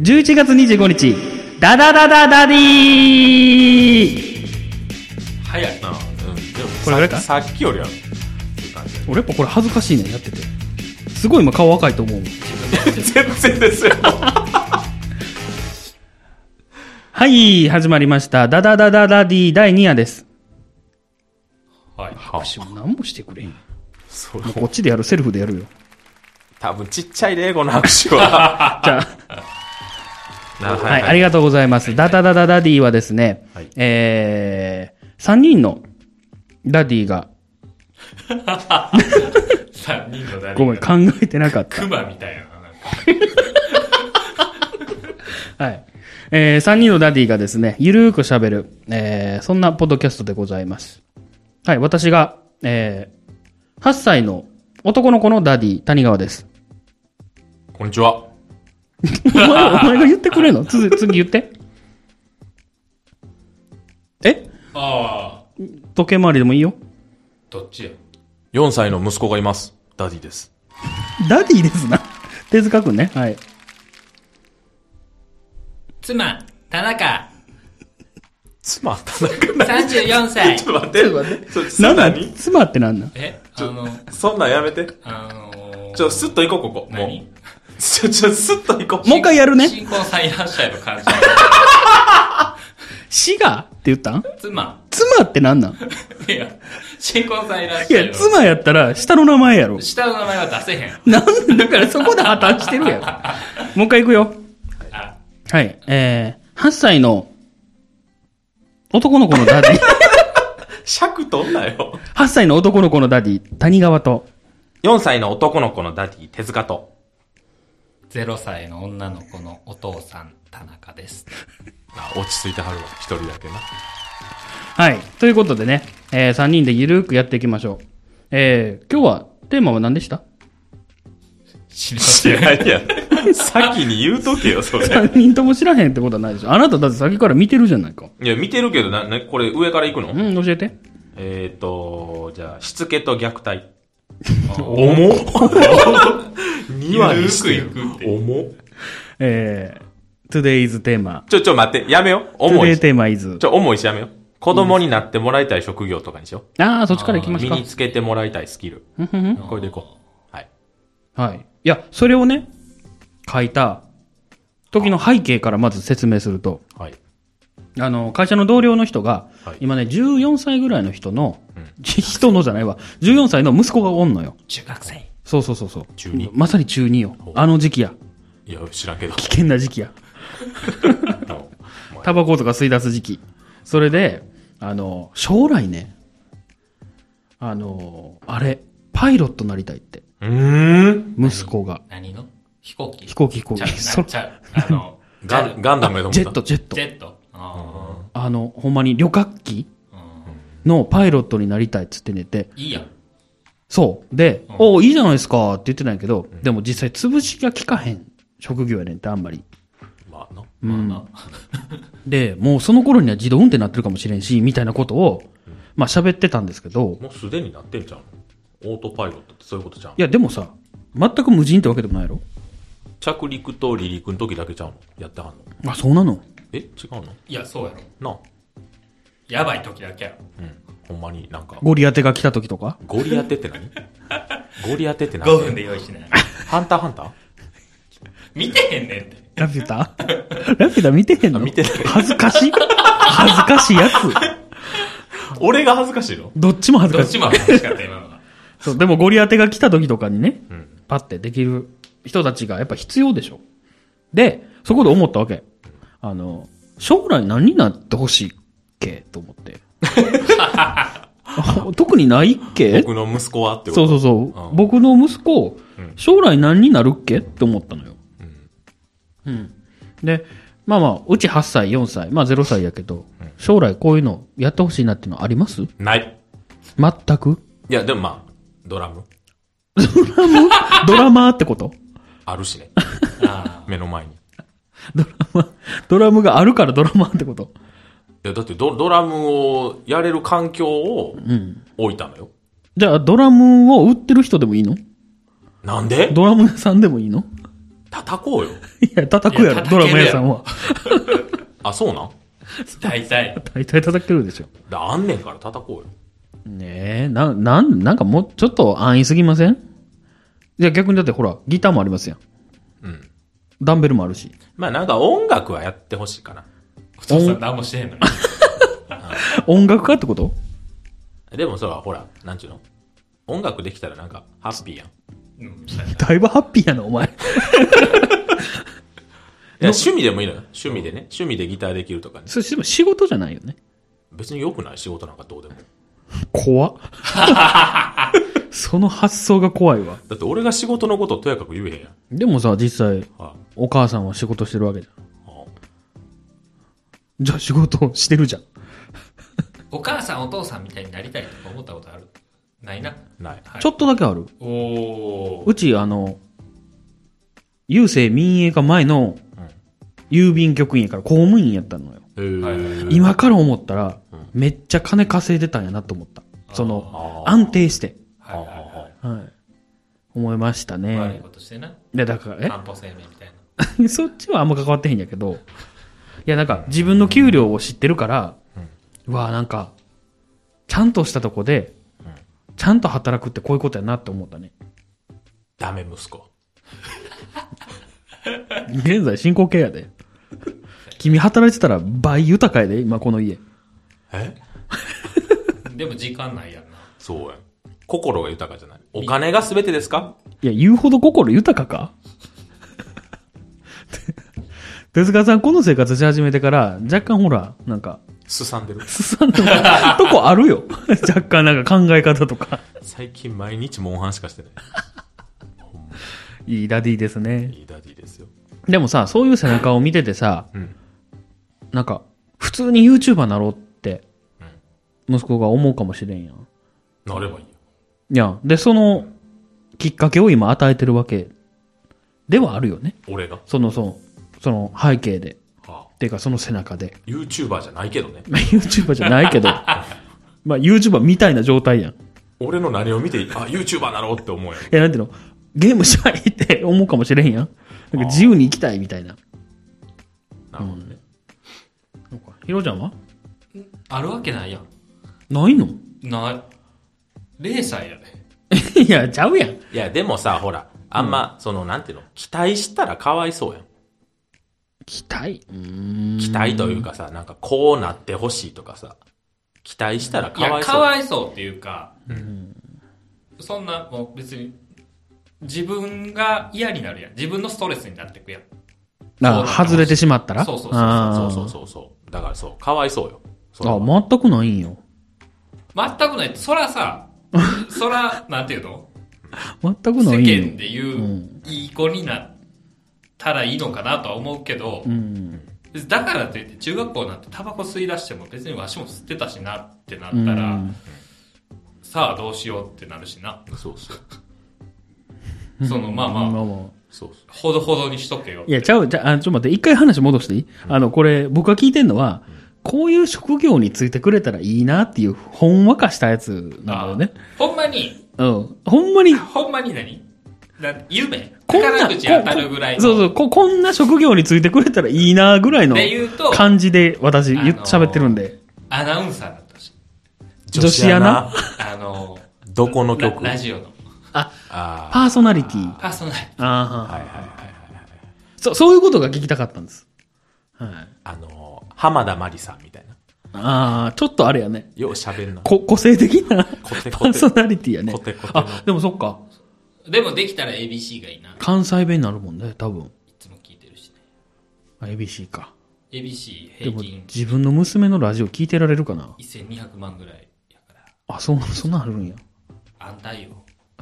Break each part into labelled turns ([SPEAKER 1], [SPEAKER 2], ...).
[SPEAKER 1] 11月25日、ダダダダダディー
[SPEAKER 2] 早いな。うん。でも、
[SPEAKER 1] これあれか
[SPEAKER 2] ささっきよりは、っていう感じ
[SPEAKER 1] 俺やっぱこれ恥ずかしいね、やってて。すごい今顔赤いと思う。
[SPEAKER 2] 全然ですよ。
[SPEAKER 1] はい、始まりました。ダダダダダディー第2夜です。
[SPEAKER 2] はい。
[SPEAKER 1] 私も何もしてくれん。も
[SPEAKER 2] そう
[SPEAKER 1] うこっちでやる、セルフでやるよ。
[SPEAKER 2] 多分ちっちゃいね、この拍手 は。
[SPEAKER 1] じゃあ、
[SPEAKER 2] な
[SPEAKER 1] はい、ありがとうございます。ダダダダダディはですね、
[SPEAKER 2] はい
[SPEAKER 1] えー、3人のダディが、
[SPEAKER 3] 三人の誰
[SPEAKER 1] ごめん、
[SPEAKER 3] か。
[SPEAKER 1] 考えてなかった。
[SPEAKER 3] クマみたいな。なんか
[SPEAKER 1] はい。えー、3人のダディがですね、ゆるーく喋る、えー、そんなポッドキャストでございます。はい、私が、えー、8歳の男の子のダディ、谷川です。
[SPEAKER 2] こんにちは。
[SPEAKER 1] お前、お前が言ってくれんの次、次言って。え
[SPEAKER 3] ああ、
[SPEAKER 1] 時計回りでもいいよ。
[SPEAKER 3] どっちや。
[SPEAKER 2] 4歳の息子がいます。ダディです。
[SPEAKER 1] ダディですな。手塚くんね。はい。
[SPEAKER 3] 妻、田中、
[SPEAKER 2] 妻、田中。
[SPEAKER 3] 34 歳。
[SPEAKER 2] ちょっと待って。ちょっと
[SPEAKER 1] なんだ
[SPEAKER 2] 何
[SPEAKER 1] 妻ってなんだ
[SPEAKER 3] え、あの、
[SPEAKER 2] そんなんやめて。
[SPEAKER 3] あのー、
[SPEAKER 2] ちょ、スッと行こう、ここ。もう。
[SPEAKER 3] 何
[SPEAKER 2] ちょ、ちょ、スッと行こう。
[SPEAKER 1] もう一回やるね。
[SPEAKER 3] 新婚さんいらっしゃる感じ。
[SPEAKER 1] 死がって言ったん
[SPEAKER 3] 妻、
[SPEAKER 1] 妻ってなんなん
[SPEAKER 3] いや、新婚さんいらっ
[SPEAKER 1] い
[SPEAKER 3] しゃ
[SPEAKER 1] や、
[SPEAKER 3] る。
[SPEAKER 1] 妻やったら下の名前やろ。
[SPEAKER 3] 下の名前は出せへん。
[SPEAKER 1] なんでだからそこで破綻してるやん。 もう一回行くよ。
[SPEAKER 3] あ、
[SPEAKER 1] はい。えー、8歳の男の子のダ ディ、
[SPEAKER 2] 尺取んなよ。
[SPEAKER 1] 8歳の男の子のダディ、谷川と、
[SPEAKER 2] 4歳の男の子のダディ、手塚と。
[SPEAKER 3] 0歳の女の子のお父さん、田中です。
[SPEAKER 2] あ、落ち着いてはるわ。一人だけな。
[SPEAKER 1] はい。ということでね、え3人でゆるーくやっていきましょう。えー、今日はテーマは何でした
[SPEAKER 3] 知りま
[SPEAKER 2] 知
[SPEAKER 3] せん。
[SPEAKER 2] らんやん。先に言うとけよ、それ。
[SPEAKER 1] ?3 人とも知らへんってことはないでしょ。あなただって先から見てるじゃないか。
[SPEAKER 2] いや、見てるけど、な、な、これ上から行くの
[SPEAKER 1] うん、教えて。
[SPEAKER 2] えーと、じゃあ、しつけと虐待。
[SPEAKER 3] お
[SPEAKER 2] 重 ?2 話にして
[SPEAKER 3] ゆるくいくって
[SPEAKER 2] 重
[SPEAKER 1] えー、today's テーマ。
[SPEAKER 2] ちょ、ちょ、待って。やめよ。重
[SPEAKER 1] today
[SPEAKER 2] いし。
[SPEAKER 1] テーマ is.
[SPEAKER 2] ちょ、重いしやめよ。子供になってもらいたい職業とかにしよ
[SPEAKER 1] あー、そっちから行き
[SPEAKER 2] う。
[SPEAKER 1] まし
[SPEAKER 2] 身
[SPEAKER 1] ょ
[SPEAKER 2] につけてもらいたいスキル。
[SPEAKER 1] う。ふんふんふん
[SPEAKER 2] これでいこう。はい。
[SPEAKER 1] はい。いや、それをね、書いた時の背景からまず説明すると、
[SPEAKER 2] はい。
[SPEAKER 1] あの、会社の同僚の人が、
[SPEAKER 2] はい
[SPEAKER 1] 今ね、14歳ぐらいの人の、人のじゃないわ、14歳の息子がおんのよ。
[SPEAKER 3] 中学生。
[SPEAKER 1] そうそうそうそう。
[SPEAKER 2] 中二
[SPEAKER 1] まさに中二よ。あの時期や。
[SPEAKER 2] いや、知らんけど。
[SPEAKER 1] 危険な時期や。 タバコとか吸い出す時期。それで、あの、将来ね、あの、あれ、パイロットなりたいって、
[SPEAKER 2] うーん。
[SPEAKER 1] 息子が。
[SPEAKER 3] 何の飛行機
[SPEAKER 1] 飛行機飛行機
[SPEAKER 3] ちゃ。、
[SPEAKER 1] そうう
[SPEAKER 3] ちゃう、あの、
[SPEAKER 2] ガ
[SPEAKER 3] ジャ
[SPEAKER 2] ン、
[SPEAKER 3] ル
[SPEAKER 2] ガンダムやと思った。
[SPEAKER 1] ジェット、 ジェット
[SPEAKER 3] ジ。ェット。あ
[SPEAKER 1] あの、ほんまに旅客機
[SPEAKER 3] あ、
[SPEAKER 1] のパイロットになりたいっつって寝て、
[SPEAKER 3] いいやん。
[SPEAKER 1] そう。で、
[SPEAKER 3] ん
[SPEAKER 1] おういいじゃないですかって言ってたんやけど、でも実際潰しが効かへん職業やねんってあんまり。
[SPEAKER 2] まあな。
[SPEAKER 3] まあ
[SPEAKER 1] で、もうその頃には自動運転になってるかもしれんし、みたいなことを、まあ喋ってたんですけど、
[SPEAKER 2] もうすでになってんじゃん。オートパイロットってそういうことじゃん
[SPEAKER 1] い。やでもさ、全く無人ってわけでもないやろ
[SPEAKER 2] 着陸と離陸の時だけちゃうのやってはんの
[SPEAKER 1] あ、そうなの
[SPEAKER 2] え違うの
[SPEAKER 3] いや、そうやろ。
[SPEAKER 2] なあ
[SPEAKER 3] やばい時だけやろ。
[SPEAKER 2] うん。ほんまになんか、
[SPEAKER 1] ゴリ当てが来た時とか
[SPEAKER 2] ゴリ当てって 何ゴリ当てって何
[SPEAKER 3] 5分で用意しない。
[SPEAKER 2] ハンターハンター
[SPEAKER 3] 見てへんねんって。
[SPEAKER 1] ラピュタラピュタ見てへんの
[SPEAKER 2] 見てない
[SPEAKER 1] 恥ずかしい恥ずかしいやつ。
[SPEAKER 2] 俺が恥ずかしいの
[SPEAKER 1] どっちも恥ず か
[SPEAKER 3] どっ
[SPEAKER 1] しい
[SPEAKER 3] ち。も楽しかった、今のは。
[SPEAKER 1] そう、でもゴリ当てが来た時とかにね、
[SPEAKER 2] ん
[SPEAKER 1] パッてできる人たちがやっぱ必要でしょ。で、そこで思ったわけ。あの、将来何になってほしいっけと思 って。あ特にないっけ
[SPEAKER 2] 僕の息子はってこ
[SPEAKER 1] そ
[SPEAKER 2] と
[SPEAKER 1] うそうそう。
[SPEAKER 2] うん
[SPEAKER 1] 僕の息子、
[SPEAKER 2] うん
[SPEAKER 1] 将来何になるっけって思ったのよ。
[SPEAKER 2] うん
[SPEAKER 1] うん。で、まあまあ、うち8歳、4歳、まあ0歳やけど
[SPEAKER 2] うん、
[SPEAKER 1] 将来こういうのやってほしいなっていうのあります
[SPEAKER 2] ない。
[SPEAKER 1] 全く
[SPEAKER 2] いや、でもまあ、ドラム
[SPEAKER 1] ドラマーってこと
[SPEAKER 2] あるしね。
[SPEAKER 3] あ
[SPEAKER 2] 目の前に。い
[SPEAKER 1] ドラマ、 ドラムがあるからドラマってこと
[SPEAKER 2] や、だってドドラムをやれる環境を
[SPEAKER 1] うん。
[SPEAKER 2] 置いたのよ。
[SPEAKER 1] じゃあ、ドラムを売ってる人でもいいの
[SPEAKER 2] なんで
[SPEAKER 1] ドラム屋さんでもいいの
[SPEAKER 2] 叩こうよ。
[SPEAKER 1] いや、叩くや
[SPEAKER 3] い
[SPEAKER 1] ろ、
[SPEAKER 3] や
[SPEAKER 1] ド
[SPEAKER 3] 叩
[SPEAKER 1] ラ
[SPEAKER 3] け
[SPEAKER 1] ム
[SPEAKER 3] る
[SPEAKER 1] 屋
[SPEAKER 3] や
[SPEAKER 1] さ
[SPEAKER 3] ろ
[SPEAKER 1] んは。
[SPEAKER 2] そうなん
[SPEAKER 3] 大体。
[SPEAKER 1] 大体叩けるでしょ。
[SPEAKER 2] だあんねんから叩こうよ。
[SPEAKER 1] ねえ、な、なん、なんかもうちょっと安易すぎませんいや、逆にだってほら、ギターもありますやん。
[SPEAKER 2] うん。
[SPEAKER 1] ダンベルもあるし。
[SPEAKER 2] まあなんか音楽はやってほしいかな。
[SPEAKER 3] お父さん何もしてへんのに。
[SPEAKER 1] 音楽家ってこと
[SPEAKER 2] でもそら、ほら、なんちゅうの音楽できたらなんか、ハッピーやん。い
[SPEAKER 3] うん
[SPEAKER 1] だいぶハッピーやな、お前。
[SPEAKER 2] や趣味でもいいのよ。趣味でね。趣味でギターできるとかね。
[SPEAKER 1] それでも仕事じゃないよね。
[SPEAKER 2] 別に良くない仕事なんかどうでも。
[SPEAKER 1] 怖っ その発想が怖いわ。
[SPEAKER 2] だって俺が仕事のこととやかく言えへんやん。
[SPEAKER 1] でもさ、実際、
[SPEAKER 2] は
[SPEAKER 1] お母さんは仕事してるわけじゃん。
[SPEAKER 2] あはあ
[SPEAKER 1] じゃあ仕事をしてるじゃん。
[SPEAKER 3] お母さんお父さんみたいになりたいとか思ったことあるないな。
[SPEAKER 2] ない。
[SPEAKER 3] はい
[SPEAKER 1] ちょっとだけある。
[SPEAKER 3] おお。
[SPEAKER 1] うち、あの、郵政民営化前の郵便局員やから公務員やったのよ。
[SPEAKER 2] えー
[SPEAKER 3] はいはい
[SPEAKER 2] 今。
[SPEAKER 1] 今から思ったら、めっちゃ金稼いでたんやなと思った。その、
[SPEAKER 2] あ
[SPEAKER 1] 安定して。
[SPEAKER 3] はいはいは
[SPEAKER 1] はい。思いました
[SPEAKER 3] い。
[SPEAKER 1] ね。
[SPEAKER 3] 悪いことしてな。
[SPEAKER 1] いや、だから、
[SPEAKER 3] 安保生命みたいな。
[SPEAKER 1] え そっちはあんま関わってへんやけど、いや、なんか、自分の給料を知ってるから、うわあなんか、ちゃんとしたとこで、ちゃんと働くってこういうことやなって思ったね。
[SPEAKER 2] ダメ息子。
[SPEAKER 1] 現在進行形やで。君働いてたら倍豊かやで、今この家。
[SPEAKER 2] え
[SPEAKER 3] でも時間ないやんな。
[SPEAKER 2] そうやん。心が豊かじゃない。お金が全てですか
[SPEAKER 1] いや、言うほど心豊かか 手塚さん、この生活し始めてから、若干ほら、なんか、
[SPEAKER 2] すさんでる。
[SPEAKER 1] すさんとかとこあるよ。 若干なんか考え方とか。
[SPEAKER 2] 最近毎日モンハンしかしてない。ほんま
[SPEAKER 1] いいダディですね。
[SPEAKER 2] いいダディですよ。
[SPEAKER 1] でもさ、そういう背中を見ててさ、
[SPEAKER 2] うん。
[SPEAKER 1] なんか、普通に YouTuber なろうって、息子が思うかもしれんやん。
[SPEAKER 2] なればいいよ。
[SPEAKER 1] いや、で、その、きっかけを今与えてるわけではあるよね。
[SPEAKER 2] 俺が。
[SPEAKER 1] その、その、その背景で。
[SPEAKER 2] は
[SPEAKER 1] っていうか、その背中で。
[SPEAKER 2] あ、YouTuber じゃないけどね。
[SPEAKER 1] まあ、YouTuber じゃないけど、まあ、YouTuber みたいな状態やん。い
[SPEAKER 2] 俺の何を見て、あ、YouTuber なろうって思うやん。
[SPEAKER 1] や、なんていうのゲームしたいって思うかもしれんやん。なんか自由に生きたいみたいな。
[SPEAKER 2] なるほどね。
[SPEAKER 1] なんかヒロちゃんは
[SPEAKER 3] あるわけないやん。
[SPEAKER 1] ないの
[SPEAKER 3] ない。0歳やで。
[SPEAKER 1] いや、ちゃうやん。
[SPEAKER 2] いや、でもさ、ほら、あんま、その、なんていうの、期待したらかわいそうやん。
[SPEAKER 1] 期待うーん。
[SPEAKER 2] 期待というかさ、なんかこうなってほしいとかさ、期待したら
[SPEAKER 3] い
[SPEAKER 2] か
[SPEAKER 3] や
[SPEAKER 2] わ、いそう。
[SPEAKER 3] かわいそうっていうか、そんな、もう別に、自分が嫌になるやん。自分のストレスになってくやん。
[SPEAKER 1] あ外れてしまったら
[SPEAKER 3] そうそうそうそう
[SPEAKER 2] そ
[SPEAKER 1] あ
[SPEAKER 2] う
[SPEAKER 1] ー
[SPEAKER 2] そうそうそう。だからそう、かわいそうよ。それは
[SPEAKER 1] あ、全くないんよ。
[SPEAKER 3] 全くない。そらさ、そら、なんていうの
[SPEAKER 1] 全く
[SPEAKER 3] 世
[SPEAKER 1] ないんよ
[SPEAKER 3] 間。で言う、いい子になったらいいのかなとは思うけど、
[SPEAKER 1] うん。
[SPEAKER 3] だからといって中学校なんてタバコ吸い出しても別にわしも吸ってたしなってなっ
[SPEAKER 1] う
[SPEAKER 3] たら、
[SPEAKER 1] ん
[SPEAKER 3] さあどうしようってなるしな。
[SPEAKER 2] そうそう。
[SPEAKER 3] その、まあ
[SPEAKER 1] ま
[SPEAKER 3] まあ、
[SPEAKER 1] あまあ
[SPEAKER 2] そうそう。
[SPEAKER 3] ほどほどにしとけよ。
[SPEAKER 1] いや、ちゃう、ちゃう、あちょっと待って、一回話戻していい、あの、これ、僕が聞いてんのは、こういう職業についてくれたらいいなっていう、ほんわかしたやつなんだよね。
[SPEAKER 3] ほんまに、
[SPEAKER 1] うん。ほんまに、
[SPEAKER 3] ほんまに何な夢
[SPEAKER 1] こんな
[SPEAKER 3] 宝くじ当たるぐらいの。
[SPEAKER 1] そうそう、こ、こんな職業についてくれたらいいなぐらいの
[SPEAKER 3] で言うと
[SPEAKER 1] 感じで私、
[SPEAKER 3] あの
[SPEAKER 1] 言っ
[SPEAKER 3] ー
[SPEAKER 1] 喋ってるんで。
[SPEAKER 3] アナウンサーだったし。
[SPEAKER 1] 女子アナ
[SPEAKER 3] あの、
[SPEAKER 2] どこの
[SPEAKER 3] ラ
[SPEAKER 2] 曲
[SPEAKER 3] ラジオの
[SPEAKER 2] あ
[SPEAKER 1] パーソナリティ。あ
[SPEAKER 3] パーソナリテ
[SPEAKER 2] あ、
[SPEAKER 1] あ
[SPEAKER 2] はいはいはい。
[SPEAKER 1] ー、そ、そういうことが聞きたかったんです。はい。
[SPEAKER 2] あのー、浜田まりさんみたいな。
[SPEAKER 1] ああ、ちょっとあれやね。
[SPEAKER 2] よう喋んな。
[SPEAKER 1] こ、個性的な
[SPEAKER 2] コテコテ
[SPEAKER 1] パーソナリティやね
[SPEAKER 2] コテコ。テの
[SPEAKER 1] あ、でもそっか。
[SPEAKER 3] ィ。でもできたら ABC がいいな。い
[SPEAKER 1] 関西弁になるもんね、多分。
[SPEAKER 3] つも聞いてるしね。
[SPEAKER 1] あ ABC か。
[SPEAKER 3] ABC
[SPEAKER 1] で
[SPEAKER 3] 平
[SPEAKER 1] も
[SPEAKER 3] 均
[SPEAKER 1] 自分の娘のラジオ聞いてられるかな
[SPEAKER 3] 1200万ぐらいやから。
[SPEAKER 1] あ、そう、そんなんあるんや。
[SPEAKER 3] あんたよ。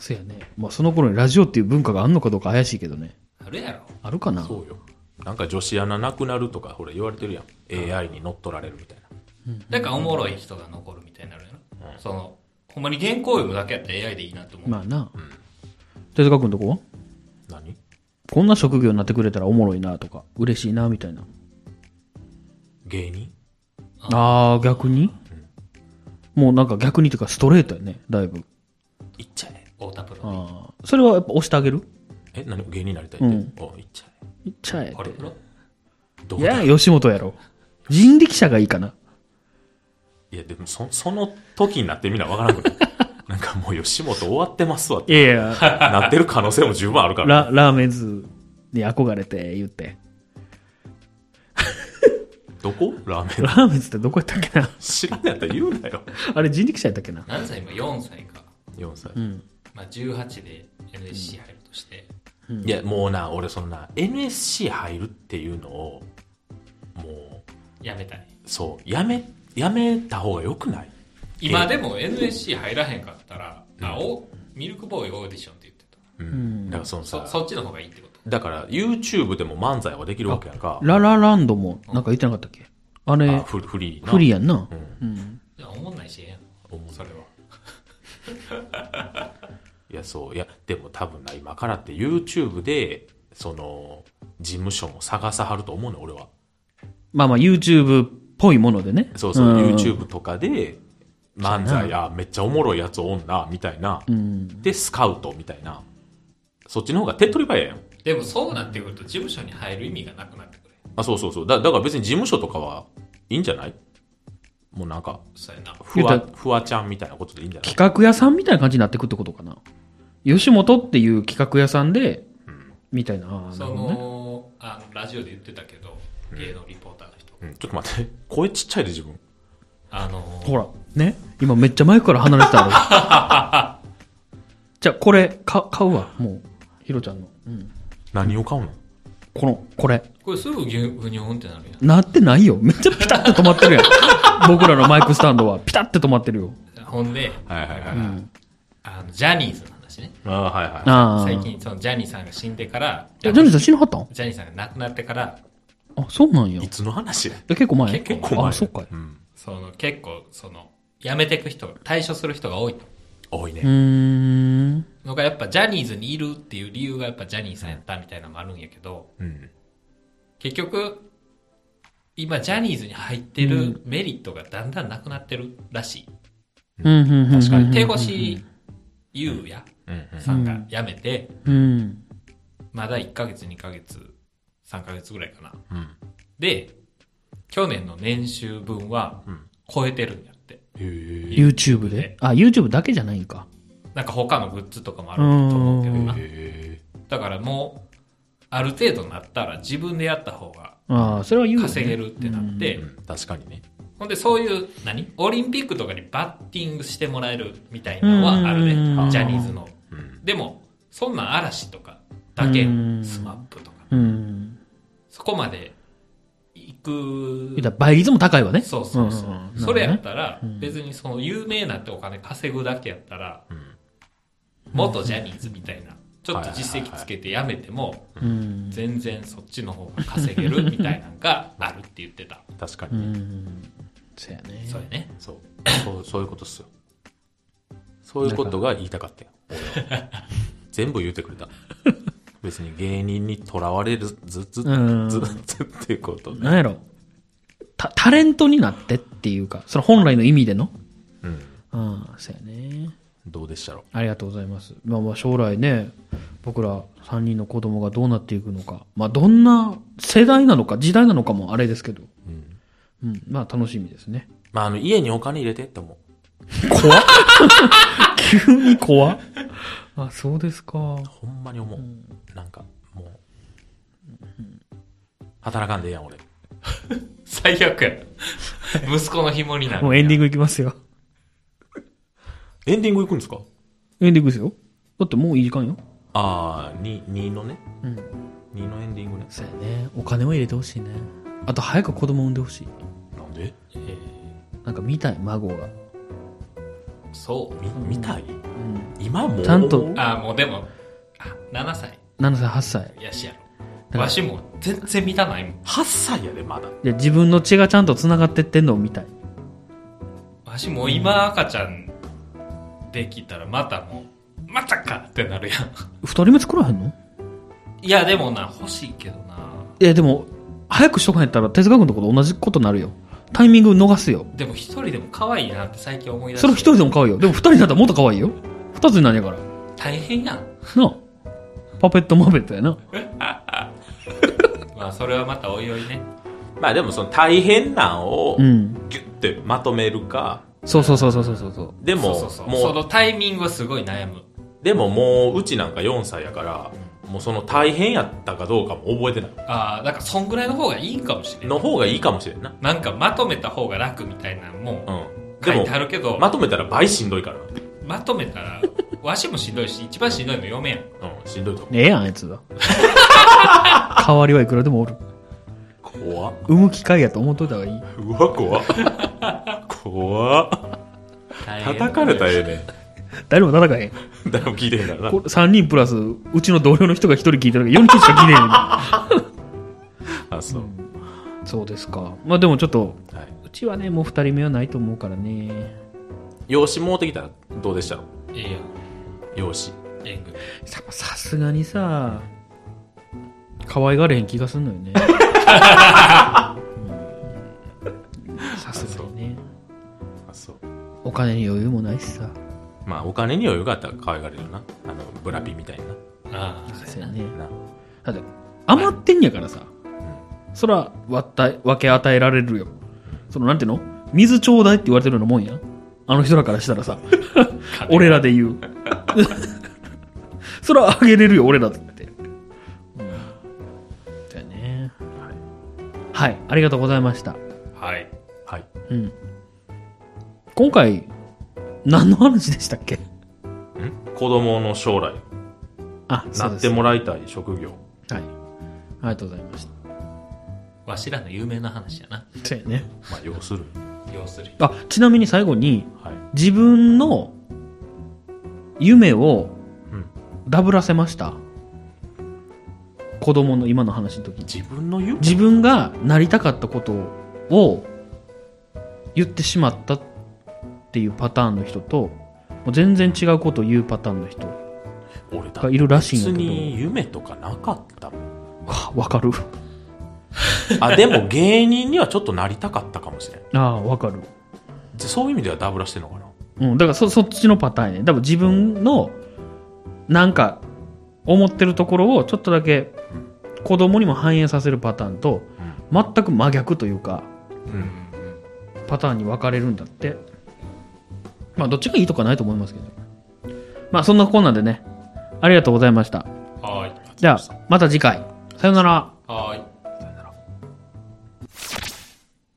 [SPEAKER 1] そうやね。まあその頃にラジオっていう文化があるのかどうか怪しいけどね。
[SPEAKER 3] あるやろ。
[SPEAKER 1] あるかな
[SPEAKER 2] そうよ。なんか女子アナなくなるとか、ほら言われてるやん。AI に乗っ取られるみたいな。
[SPEAKER 3] だからおもろい人が残るみたいになるやろ。その、ほんまに原稿読むだけやったら AI でいいなと思う。
[SPEAKER 1] まあな。手塚くんとこは
[SPEAKER 2] 何
[SPEAKER 1] こんな職業になってくれたらおもろいなとか、嬉しいなみたいな。
[SPEAKER 2] 芸人
[SPEAKER 1] ああー、逆にもうなんか逆にというかストレートやね、だいぶ。
[SPEAKER 2] いっちゃえ。
[SPEAKER 3] 太田プロ。
[SPEAKER 1] ああ。それはやっぱ押してあげる
[SPEAKER 2] え、何芸人になりたいって。おいっちゃ
[SPEAKER 1] いっちゃえ
[SPEAKER 2] え。。あれなど
[SPEAKER 1] いう
[SPEAKER 2] だ
[SPEAKER 1] や、
[SPEAKER 2] い
[SPEAKER 1] 吉本やろ。人力車がいいかな。
[SPEAKER 2] や、でもそ、その時になってみんなわからんくないなんかもう吉本終わってますわって。
[SPEAKER 1] いやいや、
[SPEAKER 2] なってる可能性も十分あるから。
[SPEAKER 1] ララーメンズに憧れて言って。
[SPEAKER 2] どこラーメン
[SPEAKER 1] ラ。ーメンズってどこやったっ けな
[SPEAKER 2] 知らんやったら言うなよ。
[SPEAKER 1] あれ人力車やったっけな
[SPEAKER 3] 何歳今4歳か、
[SPEAKER 2] 4歳。
[SPEAKER 3] まあ、18で NSC 入るとして、
[SPEAKER 2] いや、もうな、俺そのな、NSC 入るっていうのを、も
[SPEAKER 3] やめたい。
[SPEAKER 2] う、そう、やめ、やめた方がよくない
[SPEAKER 3] 今でも NSC 入らへんかったら、あおミルクボーイオーディションって言ってた。
[SPEAKER 2] うん。だからそのさ
[SPEAKER 3] そ、そっちの方がいいってこと
[SPEAKER 2] だから YouTube でも漫才はできるわけやんか。
[SPEAKER 1] ララランドもなんか言ってなかったっけあ
[SPEAKER 2] あ
[SPEAKER 1] れ、
[SPEAKER 2] フリフリーな。
[SPEAKER 1] フリーやんな。
[SPEAKER 3] じゃあ、思んないしええやん。
[SPEAKER 2] 思う
[SPEAKER 3] それは。
[SPEAKER 2] いや、そう。いや、でも多分な、今からって YouTube で、その、事務所も探さはると思うね、俺は。
[SPEAKER 1] まあまあ YouTube っぽいものでね。
[SPEAKER 2] そうそう、
[SPEAKER 1] ん
[SPEAKER 2] YouTube とかで、漫才、あ、めっちゃおもろいやつおんな、みたいな。で、スカウト、みたいな。そっちの方が手っ取り早いやん。
[SPEAKER 3] でもそうなってくると事務所に入る意味がなくなってくる。
[SPEAKER 2] あ、そうそうそう。だだから別に事務所とかはいいんじゃないもうなんか、
[SPEAKER 3] そうやな。
[SPEAKER 2] ふ
[SPEAKER 1] 言
[SPEAKER 2] わ
[SPEAKER 1] う、
[SPEAKER 2] ふわちゃんみたいなことでいいんじゃない
[SPEAKER 1] 企画屋さんみたいな感じになってくってことかな。吉本っていう企画屋さんで、みたいな。あー
[SPEAKER 3] そ
[SPEAKER 1] なるほどね
[SPEAKER 3] の、あのラジオで言ってたけど、芸能リポーターの人。
[SPEAKER 2] うん、ちょっと待って。声ちっちゃいで自分。
[SPEAKER 3] あの
[SPEAKER 1] ほら、ね。今めっちゃマイクから離れて たの。じゃあこれ、か、買うわ。もう、ひろちゃんの。うん
[SPEAKER 2] 何を買うの
[SPEAKER 1] この、これ。
[SPEAKER 3] これすぐぎゅふにょんってなるやん。
[SPEAKER 1] なってないよ。めっちゃピタッと止まってるやん。僕らのマイクスタンドはピタッと止まってるよ。
[SPEAKER 3] ほんで、
[SPEAKER 2] はいはいはい。
[SPEAKER 3] あの、ジャニーズの話ね。
[SPEAKER 2] ああ、はいはい。
[SPEAKER 1] ああ。
[SPEAKER 3] 最近、そのジャニーさんが死んでから、
[SPEAKER 1] え。ジョニーさん死なはったん
[SPEAKER 3] ジャニーさんが亡くなってから、
[SPEAKER 1] あ、そうなんや。
[SPEAKER 2] い
[SPEAKER 1] え
[SPEAKER 2] つの話や
[SPEAKER 1] 結構前
[SPEAKER 2] 結構前。
[SPEAKER 1] あ、そうかい。
[SPEAKER 2] ん。
[SPEAKER 3] その結構、その、辞めてく人が、退所する人が多い
[SPEAKER 2] 多いうね。
[SPEAKER 1] ーん。
[SPEAKER 3] のが、やっぱジャニーズにいるっていう理由がやっぱジャニーさんやったみたいなのもあるんやけど、
[SPEAKER 2] うん。
[SPEAKER 3] 結局、今ジャニーズに入ってるメリットがだんだんなくなってるらしい。
[SPEAKER 1] うん、うん、うん。
[SPEAKER 2] 確かに
[SPEAKER 3] 手越優也
[SPEAKER 2] うんうん。
[SPEAKER 3] さんが辞めて、
[SPEAKER 1] うん。
[SPEAKER 3] まだ1ヶ月、2ヶ月、3ヶ月ぐらいかな。
[SPEAKER 2] うん。
[SPEAKER 3] で、去年の年収分は
[SPEAKER 2] うん
[SPEAKER 3] 超えてるんやって。
[SPEAKER 2] へ
[SPEAKER 1] YouTube で。あ、YouTube だけじゃないんか。
[SPEAKER 3] なんか他のグッズとかもあると思うけどな。
[SPEAKER 2] え。
[SPEAKER 3] だからもう、ある程度なったら自分でやった方が
[SPEAKER 1] ああ、それは言うよね
[SPEAKER 3] 稼げるってなって、
[SPEAKER 2] うん確かにね。
[SPEAKER 3] ほんでそういう、何オリンピックとかにバッティングしてもらえるみたいなのはあるね
[SPEAKER 1] うん。
[SPEAKER 3] ジャニーズの。
[SPEAKER 2] うん。
[SPEAKER 3] でも、そんなん嵐とか、だけ
[SPEAKER 1] うん、
[SPEAKER 3] スマップとか、
[SPEAKER 1] うん。
[SPEAKER 3] そこまで行く
[SPEAKER 1] 言。ったら倍率も高いわね。
[SPEAKER 3] そうそうそう。
[SPEAKER 1] うんうんうん
[SPEAKER 3] それやったら、別にその有名なってお金稼ぐだけやったら、
[SPEAKER 2] ん
[SPEAKER 3] 元ジャニーズみたいな、ちょっと実績つけてやめても、
[SPEAKER 1] うん。
[SPEAKER 3] 全然そっちの方が稼げるみたいなのがあるって言ってた。
[SPEAKER 2] 確か
[SPEAKER 1] う
[SPEAKER 2] にね。
[SPEAKER 1] ん。そうやね。
[SPEAKER 3] それね。
[SPEAKER 2] そう。そう、そういうことっすよ。そういうことが言いたかったよ。俺は全部言ってくれた。別に芸人にとらわれるず、ず、ず、ず
[SPEAKER 1] うん、
[SPEAKER 2] ずっていうことね。
[SPEAKER 1] なんやろ。た、タレントになってっていうか、その本来の意味での。
[SPEAKER 2] うん。
[SPEAKER 1] うん、そうやね。
[SPEAKER 2] どうでしたろ
[SPEAKER 1] ありがとうございます。まあまあ将来ね、僕ら3人の子供がどうなっていくのか、まあどんな世代なのか、時代なのかもあれですけど、
[SPEAKER 2] う。うん。
[SPEAKER 1] うん、まあ楽しみですね。
[SPEAKER 2] まあ、あの、家にお金入れてって思う。
[SPEAKER 1] 怖 っ急に怖っあ、そうですか。
[SPEAKER 2] ほんまに思う。なんか、もう。働かんでええやん、俺。
[SPEAKER 3] 最 悪や。息子の紐になる。
[SPEAKER 1] もうエンディングいきますよ。
[SPEAKER 2] エンディング行くんですか
[SPEAKER 1] エンディングですよ。だってもういい時間よ。
[SPEAKER 2] ああ、に、にのね。
[SPEAKER 1] うん。
[SPEAKER 2] にのエンディングね。
[SPEAKER 1] そうやね。お金を入れてほしいね。あと早く子供産んでほしい。
[SPEAKER 2] なんで
[SPEAKER 1] なんか見たい、孫が。
[SPEAKER 3] そ
[SPEAKER 2] み、見たい、今もう
[SPEAKER 1] ちゃんと
[SPEAKER 3] う。あ、もうでも、あ、7歳。
[SPEAKER 1] 7歳、8歳。
[SPEAKER 3] やしやろ。わしも全然満たないもん。
[SPEAKER 2] 8歳やで、まだ。
[SPEAKER 1] で、自分の血がちゃんと繋がってってんのを見たい。
[SPEAKER 3] わしもう今赤ちゃんできたらまたもう、またかってなるやん。
[SPEAKER 1] 二人目作らへんの
[SPEAKER 3] いや、でもな、欲しいけどな。
[SPEAKER 1] いやでも早くしとかへんやったら哲学のとこと同じことになるよタイミング逃すよ
[SPEAKER 3] でも一人でも可愛いなって最近思い出し
[SPEAKER 1] そ
[SPEAKER 3] て。
[SPEAKER 1] れ一人でも可愛いよでも二人になったらもっと可愛いよ二つになんやから
[SPEAKER 3] 大変やん。
[SPEAKER 1] なあパペットマペットやな。
[SPEAKER 3] まあそれはまたおいおいね
[SPEAKER 2] まあでもその大変なんを
[SPEAKER 1] うん。
[SPEAKER 2] ギュッてまとめるか、
[SPEAKER 1] そうそうそうそうそうそうそう。
[SPEAKER 2] でも
[SPEAKER 3] そうそうそう
[SPEAKER 2] もう
[SPEAKER 3] そのタイミングはすごい悩む
[SPEAKER 2] でももううちなんか4歳やからもうその大変やったかどうかも覚えてない
[SPEAKER 3] ああだからそんぐらいの方がいいんかもしれん
[SPEAKER 2] の方がいいかもしれんな
[SPEAKER 3] なんかまとめた方が楽みたいなのも
[SPEAKER 2] うんで
[SPEAKER 3] 書い
[SPEAKER 2] も
[SPEAKER 3] てあるけどま
[SPEAKER 2] まとめたら倍しんどいから
[SPEAKER 3] とめたらわしもしんどいし一番しんどいの嫁やん
[SPEAKER 2] うんしんどいと
[SPEAKER 1] ええやん、あいつ は。代わりはいくらでもおる。
[SPEAKER 2] 思う怖っ
[SPEAKER 1] 産む機会やと思っといた方がいい。
[SPEAKER 2] うわ怖っ怖っ叩かれたらええね
[SPEAKER 1] 誰も戦えへん。
[SPEAKER 2] ん誰も聞いてへんからな
[SPEAKER 1] これ3人プラス、うちの同僚の人が1人聞いてるから4人しか聞いてへん ねん。
[SPEAKER 2] あそう、
[SPEAKER 1] そうですか。まあでもちょっと、
[SPEAKER 2] はいう
[SPEAKER 1] ちはね、もう2人目はないと思うからね。
[SPEAKER 2] 養子もうてきたらどうでしたの
[SPEAKER 3] ええやん
[SPEAKER 2] 養子
[SPEAKER 3] ええんか
[SPEAKER 1] ささすがにさ、可愛がれへん気がすんのよ ね。うんさすがにね。
[SPEAKER 2] あそう
[SPEAKER 1] お金に余裕もないしさ。
[SPEAKER 2] まあお金に余裕があったら可愛がれるよなあのブラピみたいな
[SPEAKER 3] ああ
[SPEAKER 1] そうやね。
[SPEAKER 2] な
[SPEAKER 1] だって、余ってんやからさ。そら、割った、分け与えられるよ。その、なんていうの水ちょうだいって言われてるようなもんや。あの人らからしたらさ。俺らで言 う。そらあげれるよ、俺らだって。うん。だよね。はい。ありがとうございました。
[SPEAKER 3] はい
[SPEAKER 2] はい
[SPEAKER 1] うん。今回、何の話でしたっけ
[SPEAKER 2] 子供の将来
[SPEAKER 1] あ、
[SPEAKER 2] な
[SPEAKER 1] そう
[SPEAKER 2] っ
[SPEAKER 1] です。
[SPEAKER 2] て
[SPEAKER 1] はい。
[SPEAKER 2] もらいたい職業
[SPEAKER 1] ありがとうございました。
[SPEAKER 3] わしらの有名な話やな
[SPEAKER 1] そうやね。
[SPEAKER 2] まあ要するに
[SPEAKER 3] 要するに
[SPEAKER 1] あ、ちなみに最後に、
[SPEAKER 2] はい
[SPEAKER 1] 自分の夢を
[SPEAKER 2] うん
[SPEAKER 1] ダブらせました。子供の今の話の時に。
[SPEAKER 2] 自分の夢
[SPEAKER 1] 自分がなりたかったことを言ってしまったっていうパターンの人と、もう全然違うことを言うパターンの人
[SPEAKER 2] 俺だ
[SPEAKER 1] がいるらしいんだ
[SPEAKER 2] 別
[SPEAKER 1] けど
[SPEAKER 2] に夢とかなかったもん
[SPEAKER 1] はあわかる。
[SPEAKER 2] あでも芸人にはちょっとなりたかったかもしれん
[SPEAKER 1] ああ、わかる。
[SPEAKER 2] じゃそういう意味ではダブらしてんのかな
[SPEAKER 1] うん、だからそそっちのパターンやね。多分自分のなんか思ってるところをちょっとだけ子供にも反映させるパターンと全く真逆というか
[SPEAKER 2] うん
[SPEAKER 1] パターンに分かれるんだって。まあどっちがいいとかないと思いますけど。ま
[SPEAKER 3] 哦
[SPEAKER 1] あそんなこんなんでね。ありがとうございました。
[SPEAKER 3] はーい
[SPEAKER 1] じゃあまた次回。さよなら。
[SPEAKER 3] 哦